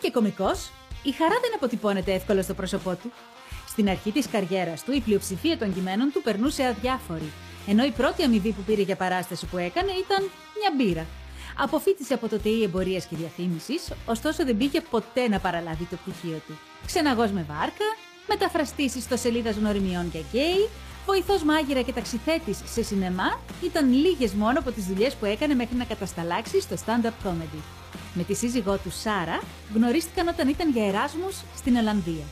και κωμικός, η χαρά δεν αποτυπώνεται εύκολα στο πρόσωπό του. Στην αρχή της καριέρας του, η πλειοψηφία των κειμένων του περνούσε αδιάφορη, ενώ η πρώτη αμοιβή που πήρε για παράσταση που έκανε ήταν μια μπύρα. Αποφύτησε από το ΤΕΙ Εμπορία και Διαφήμισης, ωστόσο δεν πήγε ποτέ να παραλάβει το πτυχίο του. Ξεναγός με βάρκα, μεταφραστή στο σελίδα γνωριμιών για γκέι, βοηθός μάγειρα και ταξιθέτης σε σινεμά, ήταν λίγες μόνο από τις δουλειές που έκανε μέχρι να κατασταλάξει στο stand-up comedy. Με τη σύζυγό του Σάρα γνωρίστηκαν όταν ήταν για Εράσμους στην Ολλανδία.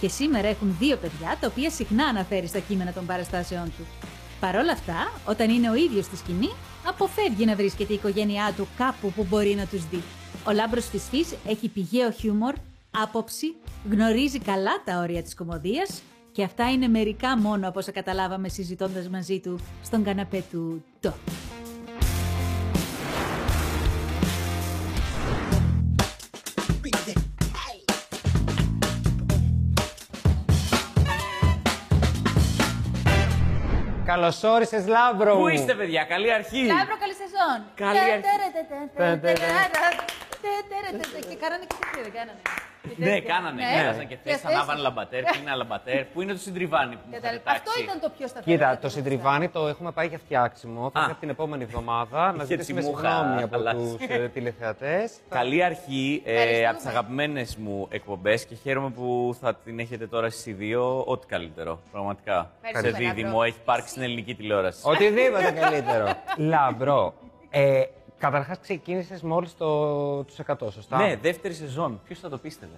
Και σήμερα έχουν δύο παιδιά τα οποία συχνά αναφέρει στα κείμενα των παραστάσεών του. Παρ' όλα αυτά, όταν είναι ο ίδιος στη σκηνή, αποφεύγει να βρίσκεται η οικογένειά του κάπου που μπορεί να τους δει. Ο Λάμπρος Φυσφής έχει πηγαίο χιούμορ, άποψη, γνωρίζει καλά τα όρια της κομμωδίας και αυτά είναι μερικά μόνο από όσα καταλάβαμε συζητώντας μαζί του στον καναπέ του το. Καλώ όρισε, Λάμπρο. Πού μου. είστε, παιδιά, καλή αρχή. Λάμπρο, καλή σεζόν. Καλή αρχή. Και κάνανε και τέτοια, δεν κάνανε. Ναι, κάνανε. Ναι. Πέρασαν και Και θέσει. θέσεις. Ανάβανε λαμπατέρ. Πού είναι λαμπατέρ. Πού είναι το συντριβάνι που μου είχατε Κατάλαβα. τάξει. Αυτό ήταν το πιο σταθερό. Κοίτα, το συντριβάνι το έχουμε πάει για φτιάξιμο. Θα Α. είναι από την επόμενη εβδομάδα να τη ζητήσουμε μούχα, συγγνώμη από ε, χαλάσει. του τηλεθεατές. Καλή αρχή ε, Ευχαριστούμε. από τις αγαπημένες μου εκπομπές και χαίρομαι που θα την έχετε τώρα εσείς οι δύο. Ό,τι καλύτερο. Πραγματικά. Σε Ευχαριστούμε, δίδυμο Λαύρο. έχει υπάρξει στην ελληνική τηλεόραση. Οτιδήποτε καλύτερο. Λάμπρο, ε, καταρχάς ξεκίνησες μόλις το, τους 100, σωστά. Ναι, δεύτερη σεζόν. Ποιος θα το πίστευε.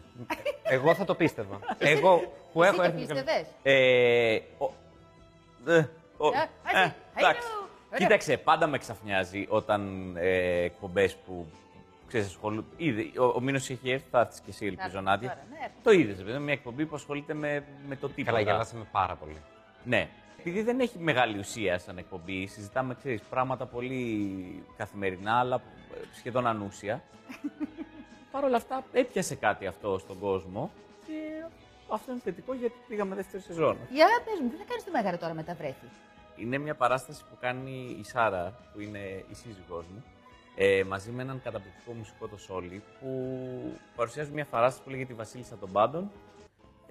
Εγώ θα το πίστευα. Εγώ που έχω έρθει. Πιστεύες. Ε, ο- ε, ο- Ε, ε, άντε, εντάξει. αϊνού. Ωραία. Κοίταξε, πάντα με ξαφνιάζει όταν ε, εκπομπές που ξέρεις, ασχολούν. Είδε, ο, ο Μήνος έχει έρθει, θα έρθεις και εσύ, ελπίζω, έρθεις Νάντια. τώρα, ναι, έρθεις. Το είδες, μια εκπομπή που ασχολείται με, με το τίποτα. Καλά, γελάσαμε πάρα πολύ. Ναι. Επειδή δεν έχει μεγάλη ουσία σαν εκπομπή, συζητάμε ξέρεις, πράγματα πολύ καθημερινά, αλλά ε, σχεδόν ανούσια. Παρ' όλα αυτά, έπιασε κάτι αυτό στον κόσμο και αυτό είναι θετικό γιατί πήγαμε δεύτερη σεζόν. Για πες μου, τι θα κάνεις τη Μέγαρα τώρα με τα βρέφη. Είναι μια παράσταση που κάνει η Σάρα, που είναι η σύζυγός μου, ε, μαζί με έναν καταπληκτικό μουσικό το Σόλι, που παρουσιάζει μια παράσταση που λέγεται «Η Βασίλισσα των Πάντων,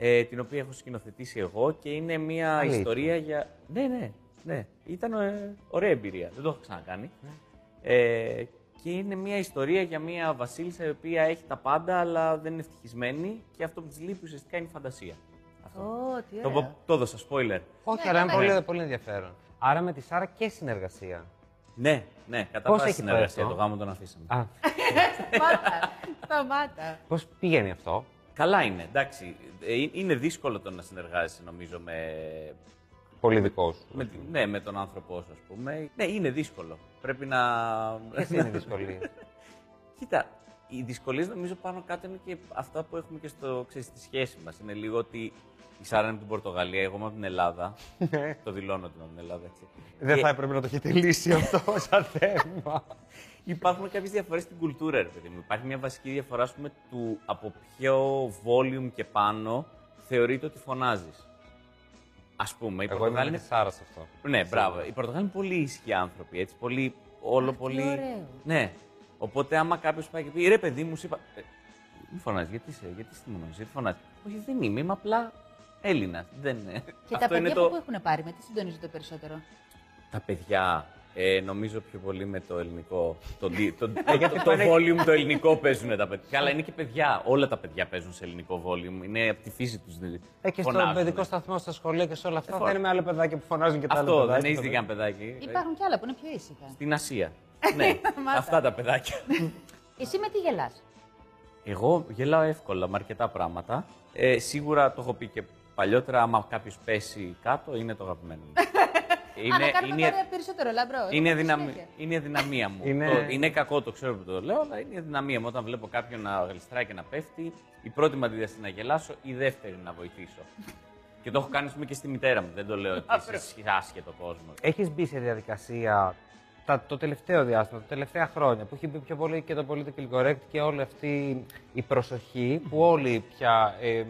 ε, την οποία έχω σκηνοθετήσει εγώ και είναι μια Αλήθεια. ιστορία για... Ναι, ναι, ναι. Ήταν ε, ωραία εμπειρία. Δεν το έχω ξανακάνει. Ναι. Ε, και είναι μια ιστορία για μια βασίλισσα η οποία έχει τα πάντα, αλλά δεν είναι ευτυχισμένη και αυτό που της λείπει ουσιαστικά είναι η φαντασία. Αυτό. Ω, τι το, ωραία. το έδωσα, spoiler. Όχι, Ναι, αλλά ναι. είναι πολύ, πολύ ενδιαφέρον. Άρα με τη Σάρα και συνεργασία. Ναι, ναι, κατά Πώς πάσα έχει πάει συνεργασία. Το αυτό? γάμο τον αφήσαμε. Α, Σταμάτα. Σταμάτα. πώς πηγαίνει αυτό. Καλά είναι, εντάξει. Ε, ε, Είναι δύσκολο το να συνεργάζεσαι, νομίζω, με, Πολύ δικό σου. με, τη- ναι, με τον άνθρωπό σου, ας πούμε. Ναι, είναι δύσκολο. Πρέπει να. Ποιε Ε, είναι οι δυσκολίε. Κοίτα, οι δυσκολίες νομίζω πάνω κάτω είναι και αυτά που έχουμε και στο, ξέρεις, στη σχέση μας. Είναι λίγο ότι η Σάρα είναι από την Πορτογαλία, εγώ είμαι από την Ελλάδα. το δηλώνω ότι είμαι από την Ελλάδα, έτσι. Ναι. Δεν Και θα έπρεπε να το έχετε λύσει αυτό σαν θέμα. Υπάρχουν κάποιες διαφορές στην κουλτούρα, ρε παιδί μου. Υπάρχει μια βασική διαφορά, ας πούμε, του από ποιο volume και πάνω θεωρείται ότι φωνάζεις. Ας πούμε, η Εγώ είμαι Πορτογάλοι με τη είναι Σάρα σε αυτό. Ναι, μπράβο. Οι Πορτογάλοι είναι πολύ ήσυχοι άνθρωποι. Έτσι, πολύ, όλο Α, τι πολύ. ωραίο. Ναι. Οπότε, άμα κάποιος πάει και πει ρε, παιδί μου, σου είπα. «Ε, Μη φωνάζει, γιατί είσαι, γιατί είσαι θυμωμένος, γιατί φωνάζει. Όχι, δεν είμαι, είμαι απλά Έλληνας. Δεν είναι. Ε, Και τα παιδιά που έχουν πάρει, με τι συντονίζονται περισσότερο. Τα παιδιά, ε, νομίζω πιο πολύ με το ελληνικό. Το, δι- το, ε, το, γιατί το πάνε- volume το ελληνικό παίζουν τα παιδιά. Αλλά είναι και παιδιά. Όλα τα παιδιά παίζουν σε ελληνικό volume. Είναι από τη φύση δηλαδή. του. Ε, και στον παιδικό σταθμό, στα σχολεία και σε όλα αυτά. φω- Δεν είμαι άλλο παιδάκι που φωνάζουν και τα άλλα. Αυτό δεν παιδάκια. έχει δει κανένα παιδάκι. Ε, Υπάρχουν κι άλλα που είναι πιο ήσυχα. Στην Ασία. ναι, Σταμάτα. αυτά τα παιδάκια. Εσύ με τι γελάς. Εγώ γελάω εύκολα με αρκετά πράγματα. Ε, σίγουρα το έχω πει και παλιότερα, άμα κάποιος πέσει κάτω, είναι το αγαπημένο μου. Είναι, Α, να κάνουμε είναι, τώρα περισσότερο λαμπρός. είναι, η Έχω δυναμ- συνέχεια. είναι η δυναμία μου. Είναι- Το- είναι κακό, το ξέρω που το λέω, αλλά είναι η δυναμία μου. Όταν βλέπω κάποιον να γλιστράει και να πέφτει, η πρώτη μου αντίδραση είναι να γελάσω, η δεύτερη να βοηθήσω. και το έχω κάνει ας πούμε, και στη μητέρα μου. Δεν το λέω ότι είσαι άσχετο κόσμος. Έχεις μπει σε διαδικασία τα, το τελευταίο διάστημα, τα τελευταία χρόνια, που έχει μπει πιο πολύ και το political correct και όλη αυτή η προσοχή, που όλοι πια εμ,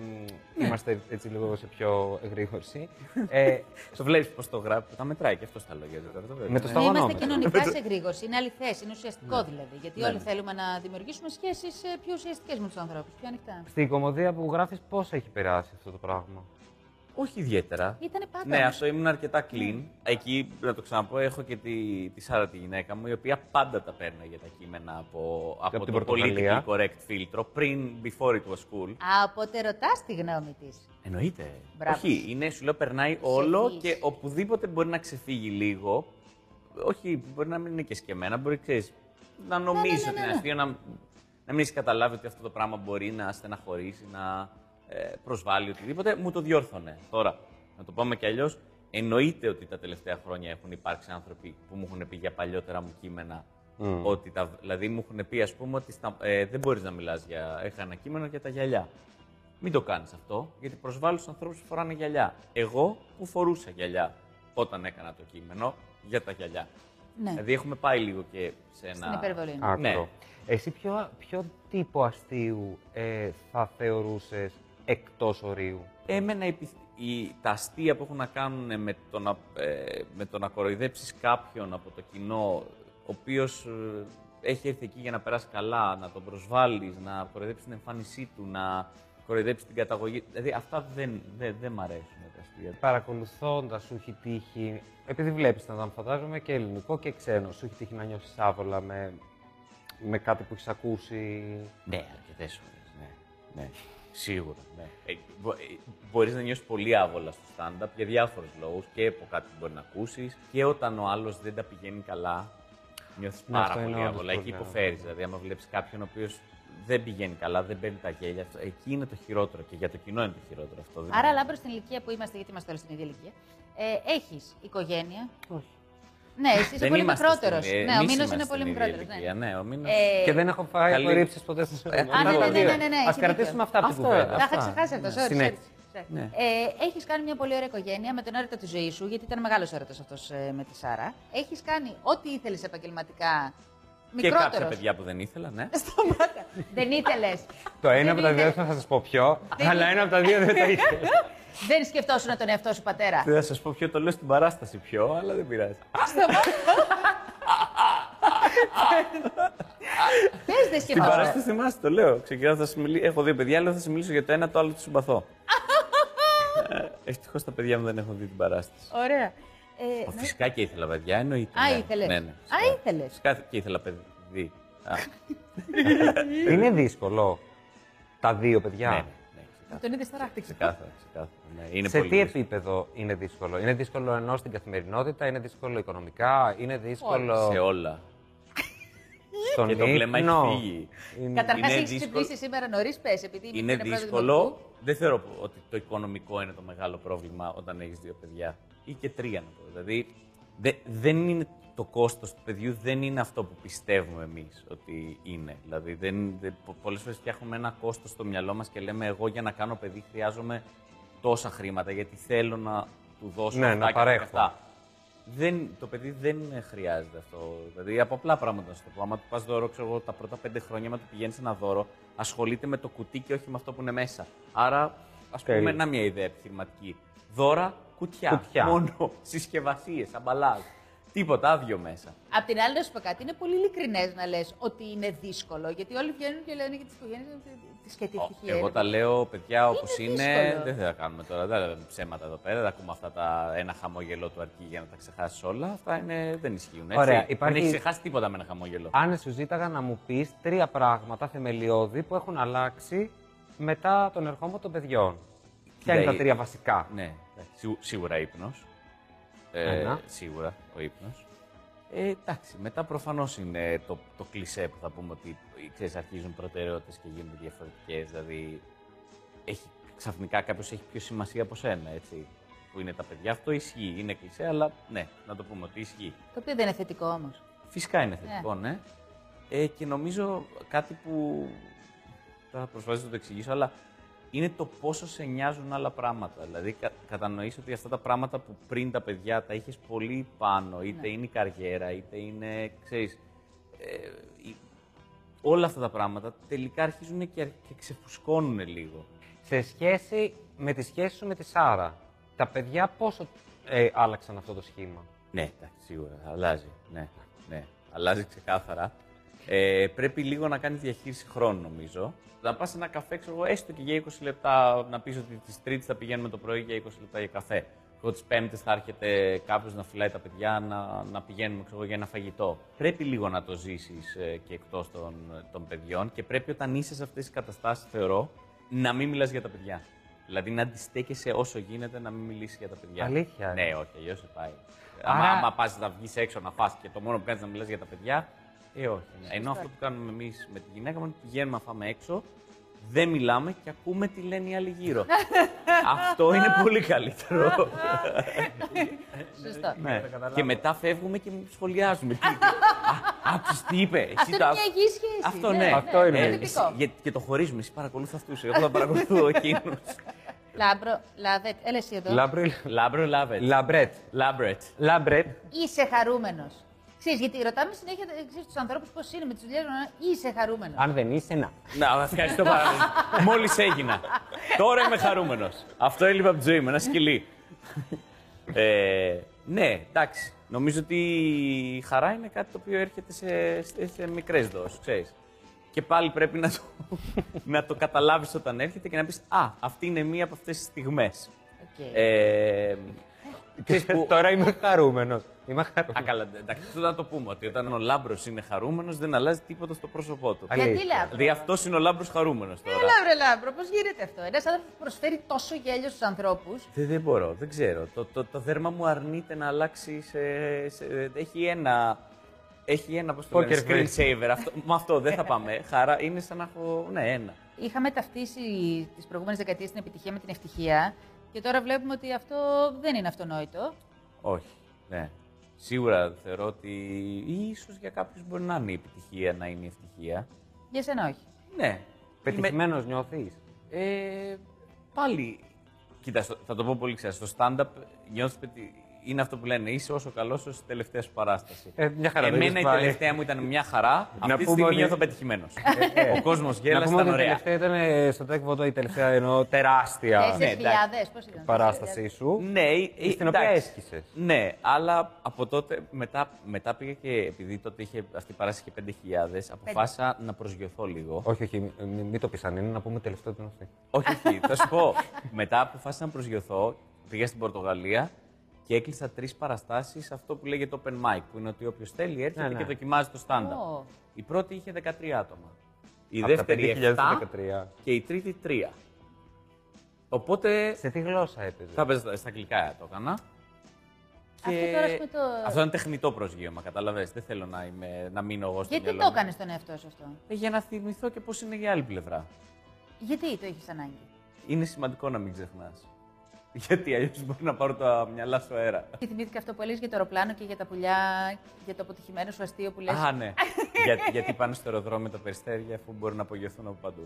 είμαστε έτσι λίγο σε πιο εγρήγορση. Ε, Το βλέπεις πώς το γράφει. Τα μετράει και αυτός στα λόγια του. τώρα, το βλέπεις. Με το Ναι. στόμα- Ναι, είμαστε Σταγονόμετρο. κοινωνικά σε γρήγορση. Είναι αληθές, είναι ουσιαστικό δηλαδή. Γιατί Ναι, όλοι ναι. θέλουμε να δημιουργήσουμε σχέσεις πιο ουσιαστικές με τους ανθρώπους, πιο ανοιχτά. στην κομμωδία που γράφεις, πώς έχει περάσει αυτό το πράγμα. Όχι ιδιαίτερα. Ήτανε πάντα Ναι, όμως. αυτό ήμουν αρκετά clean. Εκεί, να το ξαναπώ, έχω και τη, τη Σάρα τη γυναίκα μου, η οποία πάντα τα παίρνει για τα κείμενα από, από, την το political Πορτογαλία. correct φίλτρο πριν, before it was cool. Α, οπότε ρωτάς τη γνώμη της. Εννοείται. Μπράβο. Όχι, είναι, σου λέω, περνάει όλο Ξεφύγεις. και οπουδήποτε μπορεί να ξεφύγει λίγο. Όχι, μπορεί να μην είναι και σκεμμένα, μπορεί ξέρεις, να νομίζεις ναι, ότι ναι, είναι ναι. αστείο, να, να μην έχεις καταλάβει ότι αυτό το πράγμα μπορεί να στεναχωρήσει, να ε, προσβάλλει οτιδήποτε. Μου το διόρθωνε. Τώρα, να το πάμε κι αλλιώς. Εννοείται ότι τα τελευταία χρόνια έχουν υπάρξει άνθρωποι που μου έχουν πει για παλιότερα μου κείμενα. Ότι τα, δηλαδή μου έχουν πει, ας πούμε, ότι στα, ε, δεν μπορείς να μιλάς για. Είχα ένα κείμενο για τα γυαλιά. Μην το κάνεις αυτό, γιατί προσβάλλει του ανθρώπους που φοράνε γυαλιά. Εγώ που φορούσα γυαλιά όταν έκανα το κείμενο για τα γυαλιά. Ναι. Δηλαδή έχουμε πάει λίγο και σε ένα. Στην υπερβολή. Άκρο. Ναι. Εσύ ποιο, ποιο τύπο αστείου ε, θα θεωρούσες εκτός ορίου. Έμενα η, πι- η- τα αστεία που έχουν να κάνουν με το να, ε, με το να κοροϊδέψεις κάποιον από το κοινό, ο οποίος ε, έχει έρθει εκεί για να περάσει καλά, να τον προσβάλλεις, να κοροϊδέψεις την εμφάνισή του, να κοροϊδέψεις την καταγωγή. Δηλαδή αυτά δεν, δεν, δεν μ' αρέσουν τα αστεία. Παρακολουθώντας, σου έχει τύχει. Επειδή βλέπεις να τον φαντάζομαι και ελληνικό και ξένο, σου έχει τύχει να νιώσεις άβολα με, με κάτι που έχεις ακούσει. Ναι, αρκετές ώρε. Ναι, ναι. Σίγουρα. Ναι. Ε, μπο- ε, μπορείς να νιώσεις πολύ άβολα στο stand-up για διάφορους λόγους και από κάτι που μπορεί να ακούσεις και όταν ο άλλος δεν τα πηγαίνει καλά νιώθεις Ναι, πάρα αυτό είναι πολύ όντως άβολα. Εκεί πρόβλημα. υποφέρεις. Δηλαδή, άμα βλέπεις κάποιον ο οποίος δεν πηγαίνει καλά, δεν παίρνει τα γέλια, αυτό- εκεί είναι το χειρότερο και για το κοινό είναι το χειρότερο αυτό. δεν Άρα, είναι- λάμπρος στην ηλικία που είμαστε, γιατί είμαστε όλοι στην ίδια ηλικία. Ε, έχεις οικογένεια. Ναι, εσύ είσαι Δεν πολύ είμαστε μικρότερος. στην- ε, Ναι, ο εμείς Μήνος είμαστε είναι πολύ Ε, στην ίδια μικρότερο. ηλικία, Ναι, ο Μήνος- και δεν έχω φάει καλή- κορύψει ποτέ στο σχολείο. ναι, ναι, ναι, ναι, ναι, ναι, Ας έχεις δίκιο. κρατήσουμε αυτά από την Αυτά, κουβέντα. Τα είχα Αυτά. Ναι, ξεχάσει αυτό. sorry, Συνέχεια. sorry, sorry. Ναι. Ε, Έχεις κάνει μια πολύ ωραία οικογένεια με τον έρωτα της ζωής σου, γιατί ήταν μεγάλος έρωτας αυτός ε, με τη Σάρα. Έχεις κάνει ό,τι ήθελες επαγγελματικά. και κάποια Μικρότερος. παιδιά που δεν ήθελα, ναι. Σταμάτα. Δεν ήθελες. Το ένα από τα δύο δεν θα σας πω ποιο, αλλά ένα από τα δύο δεν τα είχε. Δεν σκεφτόσουν τον εαυτό σου πατέρα. Δεν θα σας πω ποιο το λέω στην παράσταση πιο, αλλά δεν πειράζει. Πες δεν Στην σκεφτόσουν. παράσταση θυμάσαι, το λέω. Ξεκινάω, θα σου μιλήσω. Έχω δύο παιδιά, λέω θα σου μιλήσω για το ένα, το άλλο το συμπαθώ. Ευτυχώς τα παιδιά μου δεν έχουν δει την παράσταση. Ωραία. Ε, Ω, Φυσικά και ήθελα παιδιά, εννοείται. Α, ναι. ήθελες. Ναι, ναι, Α, φυσικά. ήθελες. Φυσικά και ήθελα παιδί. Α, Είναι δύσκολο τα δύο παιδιά. ναι, ναι, ναι, ξεκάθαρα. τον είδες τώρα. Ξεκάθαρα, ξεκάθαρα. ναι. Είναι σε πολύ τι δύσκολο. επίπεδο είναι δύσκολο, Είναι δύσκολο ενώ στην καθημερινότητα, είναι δύσκολο οικονομικά, είναι δύσκολο Σε όλα. στον Και το βλέμμα έχει ύπνο. φύγει. Είναι- Καταρχάς Είναι έχεις δύσκολο. ξυπνήσει σήμερα νωρίς, πες. Επειδή η Είναι Μήτρα πρώτη δύσκολο. Δεν θεωρώ που- ότι το οικονομικό είναι το μεγάλο πρόβλημα όταν έχεις δύο παιδιά. ή και τρία να πω. Δηλαδή, δε- δεν είναι το κόστος του παιδιού δεν είναι αυτό που πιστεύουμε εμείς ότι είναι. Δηλαδή, δεν, δεν, πολλές φορές φτιάχνουμε ένα κόστος στο μυαλό μας και λέμε: Εγώ για να κάνω παιδί χρειάζομαι τόσα χρήματα γιατί θέλω να του δώσω Ναι, αυτά να και παρέχω. αυτά. Δεν, το παιδί δεν ε, χρειάζεται αυτό. Δηλαδή από απλά πράγματα να σου το πω. Άμα του πας δώρο, ξέρω εγώ, τα πρώτα πέντε χρόνια, άμα του πηγαίνεις ένα δώρο, ασχολείται με το κουτί και όχι με αυτό που είναι μέσα. Άρα, ας Τέλεια. πούμε, να μια ιδέα επιχειρηματική. Δώρα, κουτιά. Κουτιά. Μόνο συσκευασίες, αμπαλάζ. Τίποτα, άδειο μέσα. Απ' την άλλη, να σου πω κάτι, είναι πολύ ειλικρινές να λες ότι είναι δύσκολο. Γιατί όλοι βγαίνουν και λένε για τις οικογένειες τη και τη Ω, ευτυχία. Εγώ ρε τα παιδί. λέω, παιδιά, όπως είναι. δύσκολο. Δεν θα τα κάνουμε τώρα. Δεν λέμε ψέματα εδώ πέρα. Δεν ακούμε αυτά τα ένα χαμόγελό του αρκεί για να τα ξεχάσεις όλα. Αυτά είναι, δεν ισχύουν. Έτσι. Ωραία, Δεν υπάρχει- έχεις ξεχάσει τίποτα με ένα χαμόγελο. Αν σου ζήταγα να μου πεις τρία πράγματα θεμελιώδη που έχουν αλλάξει μετά τον ερχόμο των παιδιών. Ποια είναι Ναι, τα τρία βασικά. Ναι, εντάξει, σίγου- σίγουρα ύπνος. Ένα. σίγουρα ο ύπνος. Ε, εντάξει, μετά προφανώς είναι το, το κλισέ που θα πούμε ότι ε, ξέρεις, αρχίζουν προτεραιότητες και γίνονται διαφορετικές. Δηλαδή, έχει, ξαφνικά κάποιος έχει πιο σημασία από σένα, έτσι. Που είναι τα παιδιά. Αυτό ισχύει. Είναι κλισέ, αλλά ναι, να το πούμε ότι ισχύει. Το οποίο δεν είναι θετικό όμως. Φυσικά είναι θετικό, ναι. Ε, και νομίζω κάτι που. Τώρα προσπαθήσω να το εξηγήσω, αλλά είναι το πόσο σε νοιάζουν άλλα πράγματα. Δηλαδή, κα, κατανοείς ότι αυτά τα πράγματα που πριν τα παιδιά τα είχες πολύ πάνω, είτε είναι η καριέρα, είτε είναι, ξέρεις, ε, η- όλα αυτά τα πράγματα τελικά αρχίζουν και, αρ- και ξεφουσκώνουν λίγο. Σε σχέση με τη σχέση σου με τη Σάρα, τα παιδιά πόσο ε, άλλαξαν αυτό το σχήμα. Ναι, εντάξει, σίγουρα. Αλλάζει. Ναι, ναι. Αλλάζει ξεκάθαρα. Ε, πρέπει λίγο να κάνεις διαχείριση χρόνου, νομίζω. Να πας σε ένα καφέ, ξέρω εγώ, έστω και για 20 λεπτά, να πεις ότι τις Τρίτες θα πηγαίνουμε το πρωί για 20 λεπτά για καφέ. Εγώ τις Πέμπτες θα έρχεται κάποιος να φυλάει τα παιδιά, να, να πηγαίνουμε ξέρω, εγώ, για ένα φαγητό. Πρέπει λίγο να το ζήσεις και εκτός των, των παιδιών και πρέπει όταν είσαι σε αυτές τις καταστάσεις, θεωρώ, να μην μιλάς για τα παιδιά. Δηλαδή να αντιστέκεσαι όσο γίνεται να μην μιλήσεις για τα παιδιά. Αλήθεια, ε. Ναι, όχι, αλλιώς σε πάει. Άρα- Άμα, άμα πας να βγεις έξω να φας και το μόνο που κάνεις να μιλάς για τα παιδιά, ε, όχι. ναι. Ενώ αυτό που κάνουμε εμείς με τη γυναίκα μου είναι ότι πηγαίνουμε να φάμε έξω, δεν μιλάμε και ακούμε τι λένε οι άλλοι γύρω. αυτό είναι πολύ καλύτερο. Σωστό. ναι. και μετά φεύγουμε και σχολιάζουμε. τι, α, άκουσες τι είπε. εσύ Αυτό είναι μια τα άκου- υγιή σχέση. Αυτό ναι. Αυτό είναι. Ε, θετικό. εσύ- γιατί- και το χωρίζουμε. Εσύ παρακολουθά αυτούς. Εγώ θα παρακολουθώ εκείνους. Λάμπρο, λάδετ, έλα εσύ εδώ. Λαμπρίλ. Λάμπρο Λάβετ. Λαμπρέτ. Λάμπρετ. Λαμπρέτ. Είσαι χαρούμενος. Ξέρεις, γιατί ρωτάμε συνέχεια τους ανθρώπους πώς είναι με τι δουλειέ μου. Είσαι χαρούμενος. Αν δεν είσαι, να. Να, ευχαριστώ πάρα πολύ. Μόλις έγινα. Τώρα είμαι χαρούμενος. Αυτό έλειπε από τη ζωή μου, ένα σκυλί. ε, ναι, εντάξει. Νομίζω ότι η χαρά είναι κάτι το οποίο έρχεται σε, σε, σε μικρές δόσεις, ξέρεις. Και πάλι πρέπει να το, να το καταλάβεις όταν έρχεται και να πεις Α, αυτή είναι μία από αυτές τις στιγμές. Οκ. Ε, ξέρεις που- Τώρα είμαι χαρούμενος. Είμαι Α, χαρούμενο. καλά, εντάξει, αυτό να το πούμε. Ότι όταν ο λάμπρος είναι χαρούμενος, δεν αλλάζει τίποτα στο πρόσωπό του. αλήθεια. Γιατί λάμπρο. Δηλαδή αυτός είναι ο λάμπρος χαρούμενος τώρα. Έλα, βρε λάμπρο, πώς γίνεται αυτό. Ένας άνθρωπος που προσφέρει τόσο γέλιο στους ανθρώπους. Δεν, δεν μπορώ, δεν ξέρω. Το, το, το δέρμα μου αρνείται να αλλάξει. Σε, σε- έχει ένα. Έχει ένα, πώς το λένε, Poker screen face. saver. Αυτό, με αυτό δεν θα πάμε. Χαρά, είναι σαν να έχω, ναι, ένα. Είχαμε ταυτίσει τις προηγούμενες δεκαετίες την επιτυχία με την ευτυχία. Και τώρα βλέπουμε ότι αυτό δεν είναι αυτονόητο. Όχι, ναι. Σίγουρα θεωρώ ότι ή ίσως για κάποιους μπορεί να είναι η επιτυχία, να είναι η ευτυχία. Για σένα όχι. Ναι. Πετυχημένος νιώθεις. Ε, πάλι. Κοίτα, στο- θα το πω πολύ ξέρα. Στο stand-up νιώθεις ότι είναι αυτό που λένε. Είσαι όσο καλός όσο η τελευταία σου παράσταση. Ε, μια χαρά, δεν Εμένα η έχεις πάει. τελευταία μου ήταν μια χαρά. Αυτή τη πούμε στιγμή ότι- νιώθω πετυχημένος. Ε, ε. Ο κόσμος Να γέλασε, πούμε ήταν ότι η ωραία. τελευταία ήταν ε, στο τέκ βοτό η τελευταία ενώ τεράστια Ναι, Τέσσερι χιλιάδε, πώς ήταν. παράστασή σου. Ναι, ε, ε, Στην οποία εντάξει. έσκησες. Ναι, αλλά από τότε, μετά, μετά πήγα και επειδή τότε είχε, αυτή η παράσταση είχε 5.000, αποφάσισα να προσγειωθώ λίγο. Όχι, όχι, μην το πεις αν είναι, να πούμε τελευταίο την αυτή. Όχι, όχι, θα σου πω. Μετά αποφάσισα να προσγειωθώ, πήγα στην Πορτογαλία και έκλεισα τρεις παραστάσεις σε αυτό που λέγεται open mic, που είναι ότι όποιος θέλει έρχεται Ναι, ναι. και δοκιμάζει το stand-up. Ω. Η πρώτη είχε 13 άτομα. Η Από τα δεύτερη 5.000 στα 7 13. και η τρίτη 3. Οπότε Σε τι γλώσσα έπαιζε. θα έπαιζα στα αγγλικά το έκανα. Αυτό τώρα, ας πούμε, το- Αυτό είναι τεχνητό προσγείωμα, καταλαβαίνεις. Δεν θέλω να, είμαι, να μείνω εγώ στο Γιατί μυαλό το μου. έκανες τον εαυτό σου αυτό. Ε, Για να θυμηθώ και πώς είναι η άλλη πλευρά. Γιατί το είχε ανάγκη. Είναι σημαντικό να μην ξεχνάς. Γιατί αλλιώς μπορεί να πάρω τα μυαλά στο αέρα. Και θυμήθηκα αυτό που έλεγες για το αεροπλάνο και για τα πουλιά, για το αποτυχημένο σου αστείο που λες. Α, ναι. Για, γιατί πάνε στο αεροδρόμιο τα περιστέρια αφού μπορούν να απογειωθούν από παντού.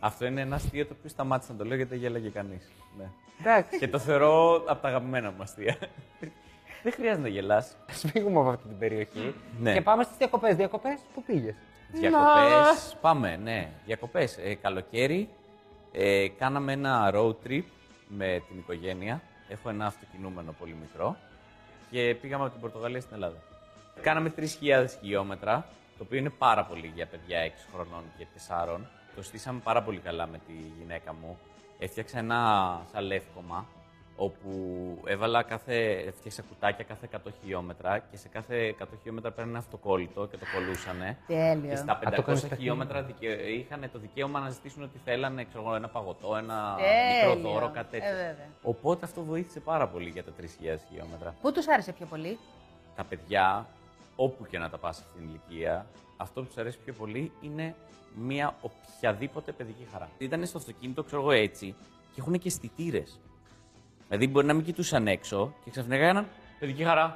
Αυτό είναι ένα αστείο το οποίο σταμάτησε να το λέω γιατί δεν γέλαγε κανείς. Ναι. Εντάξει, Και το θεωρώ από τα αγαπημένα μου αστεία. δεν χρειάζεται να γελάς. ας φύγουμε από αυτή την περιοχή Ναι. και πάμε στις διακοπές. Διακοπές, πού πήγες. Διακοπές. Πάμε, ναι. Διακοπές. Ε, καλοκαίρι. Ε, κάναμε ένα road trip με την οικογένεια. Έχω ένα αυτοκινούμενο πολύ μικρό. Και πήγαμε από την Πορτογαλία στην Ελλάδα. Κάναμε 3.000 χιλιόμετρα, το οποίο είναι πάρα πολύ για παιδιά 6 χρονών και 4. Το στήσαμε πάρα πολύ καλά με τη γυναίκα μου. Έφτιαξα ένα σαλεύκομα, όπου έβαλα κάθε, έφτιαξα κουτάκια κάθε 100 χιλιόμετρα και σε κάθε 100 χιλιόμετρα παίρνανε ένα αυτοκόλλητο και το κολούσανε. Τέλειο. Και στα Α, το 500 κάνεις στα χιλιόμετρα δικαι... είχαν το δικαίωμα να ζητήσουν ότι θέλανε ξέρω, εγώ, ένα παγωτό, ένα Τέλειο. μικρό δώρο, κάτι τέτοιο. Ε, βέβαια. Οπότε αυτό βοήθησε πάρα πολύ για τα 3.000 χιλιόμετρα. Πού τους άρεσε πιο πολύ. Τα παιδιά, όπου και να τα πας σε αυτήν την ηλικία, αυτό που τους αρέσει πιο πολύ είναι μια οποιαδήποτε παιδική χαρά. Ήταν στο αυτοκίνητο, ξέρω εγώ έτσι, και έχουν και αισθητήρες. Δηλαδή μπορεί να μην κοιτούσαν έξω και ξαφνικά έκαναν παιδική χαρά.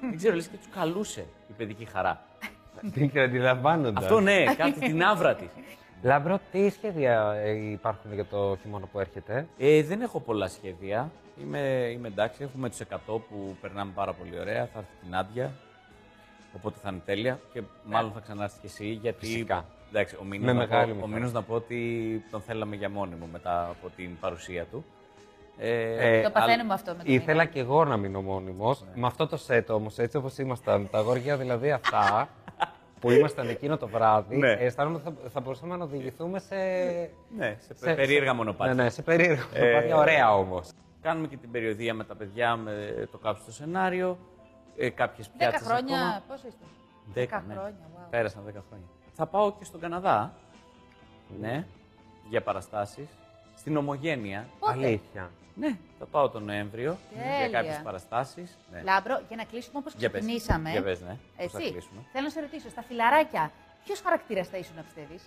Δεν ξέρω, λες και τους καλούσε η παιδική χαρά. Την αντιλαμβάνοντα. Αυτό ναι, κάτι την άβρα της. Λαμπρό, τι σχέδια ε, υπάρχουν για το χειμώνα που έρχεται. Ε, δεν έχω πολλά σχέδια. Είμαι, είμαι εντάξει. Έχουμε τους 100 που περνάμε πάρα πολύ ωραία. Θα έρθει την Άντια. Οπότε θα είναι τέλεια. Και μάλλον θα ξανάρθει και εσύ. Γιατί. Φυσικά. Εντάξει, ο Μήνος Με να μεγάλη μου πω- ο χαρά. Μήνος να πω ότι τον θέλαμε για μόνιμο μετά από την παρουσία του. Ε, το παθαίνουμε αυτό με το Ήθελα κι εγώ Ναι. να μείνω μόνιμος. Με αυτό το σετ όμως, έτσι όπως ήμασταν, με τα αγόρια δηλαδή αυτά που ήμασταν εκείνο το βράδυ, Ναι. αισθάνομαι ότι θα, θα μπορούσαμε να οδηγηθούμε σε. Ναι, σε, περίεργα μονοπάτια. Ε, Ναι, ναι, σε περίεργα μονοπάτια. Ωραία όμως. Κάνουμε και την περιοδία με τα παιδιά, με το κάψι στο σενάριο. Ε, Κάποιες Δέκα πιάτσες χρόνια. ακόμα. Πόσο είστε. Δέκα, Δέκα ναι. χρόνια, wow. Πέρασαν 10 χρόνια. Θα πάω και στον Καναδά. Ναι, για παραστάσεις. Στην Ομογένεια. Πότε. Αλήθεια. Ναι, θα πάω τον Νοέμβριο Τέλεια. για κάποιες παραστάσεις. Ναι. Λάμπρο, για να κλείσουμε όπως Για πες. ξεκινήσαμε. Για πες, ναι. Πώς θα Έτσι. κλείσουμε. Θέλω να σε ρωτήσω, στα φιλαράκια, ποιος χαρακτήρας θα ήσουν να πιστεύεις.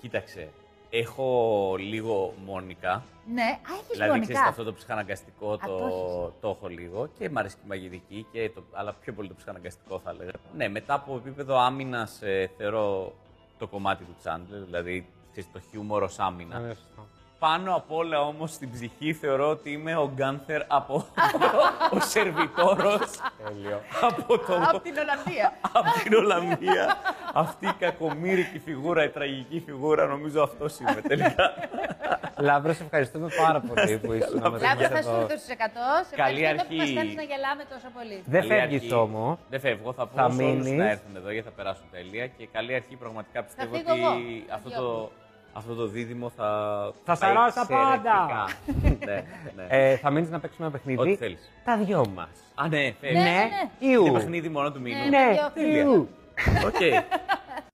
Κοίταξε, έχω λίγο μόνικα. Ναι, α, έχεις Δηλαδή, ξέρεις, γονικά. αυτό το ψυχαναγκαστικό το, το έχεις. το έχω λίγο και μ' αρέσει και η μαγειρική, και το, αλλά πιο πολύ το ψυχαναγκαστικό θα έλεγα. Ναι, μετά από επίπεδο άμυνας θεωρώ το κομμάτι του Τσάντλερ, δηλαδή ξέρεις, το χιούμορ ως άμυνα. Ναι, σωστό. Πάνω απ' όλα όμως στην ψυχή θεωρώ ότι είμαι ο Γκάνθερ από ο σερβιτόρος Τέλειο. από, το, Από την Ολλανδία. από την Ολλανδία. Αυτή η κακομήρικη φιγούρα, η τραγική φιγούρα, νομίζω αυτό είμαι τελικά. Λαύρο, σε ευχαριστούμε πάρα πολύ που ήσουν μαζί μα Λάμπρο, θα σου εδώ. δώσω στου 100. Σε Καλή ευχαριστούμε που αρχή. μα κάνει να γελάμε τόσο πολύ. Δεν Καλή φεύγεις αρχή. όμω. Δεν φεύγω, θα Θα πω σε όλους μείνεις. να έρθουν εδώ γιατί θα περάσουν τέλεια. Και καλή αρχή, πραγματικά πιστεύω φύγω ότι εγώ. αυτό Θα φύγω. το, αυτό το δίδυμο θα. Θα σαρώσει τα πάντα. εξαιρετικά. ναι, ναι. Ε, θα μείνεις να παίξουμε ένα Ό,τι παιχνίδι. θέλεις. Τα δυο μας. Α, ναι, φεύγει. Ναι, ναι. Ιου. Είναι παιχνίδι μόνο του μήνου. Ναι, Ναι, δυο. Ιου. Οκ.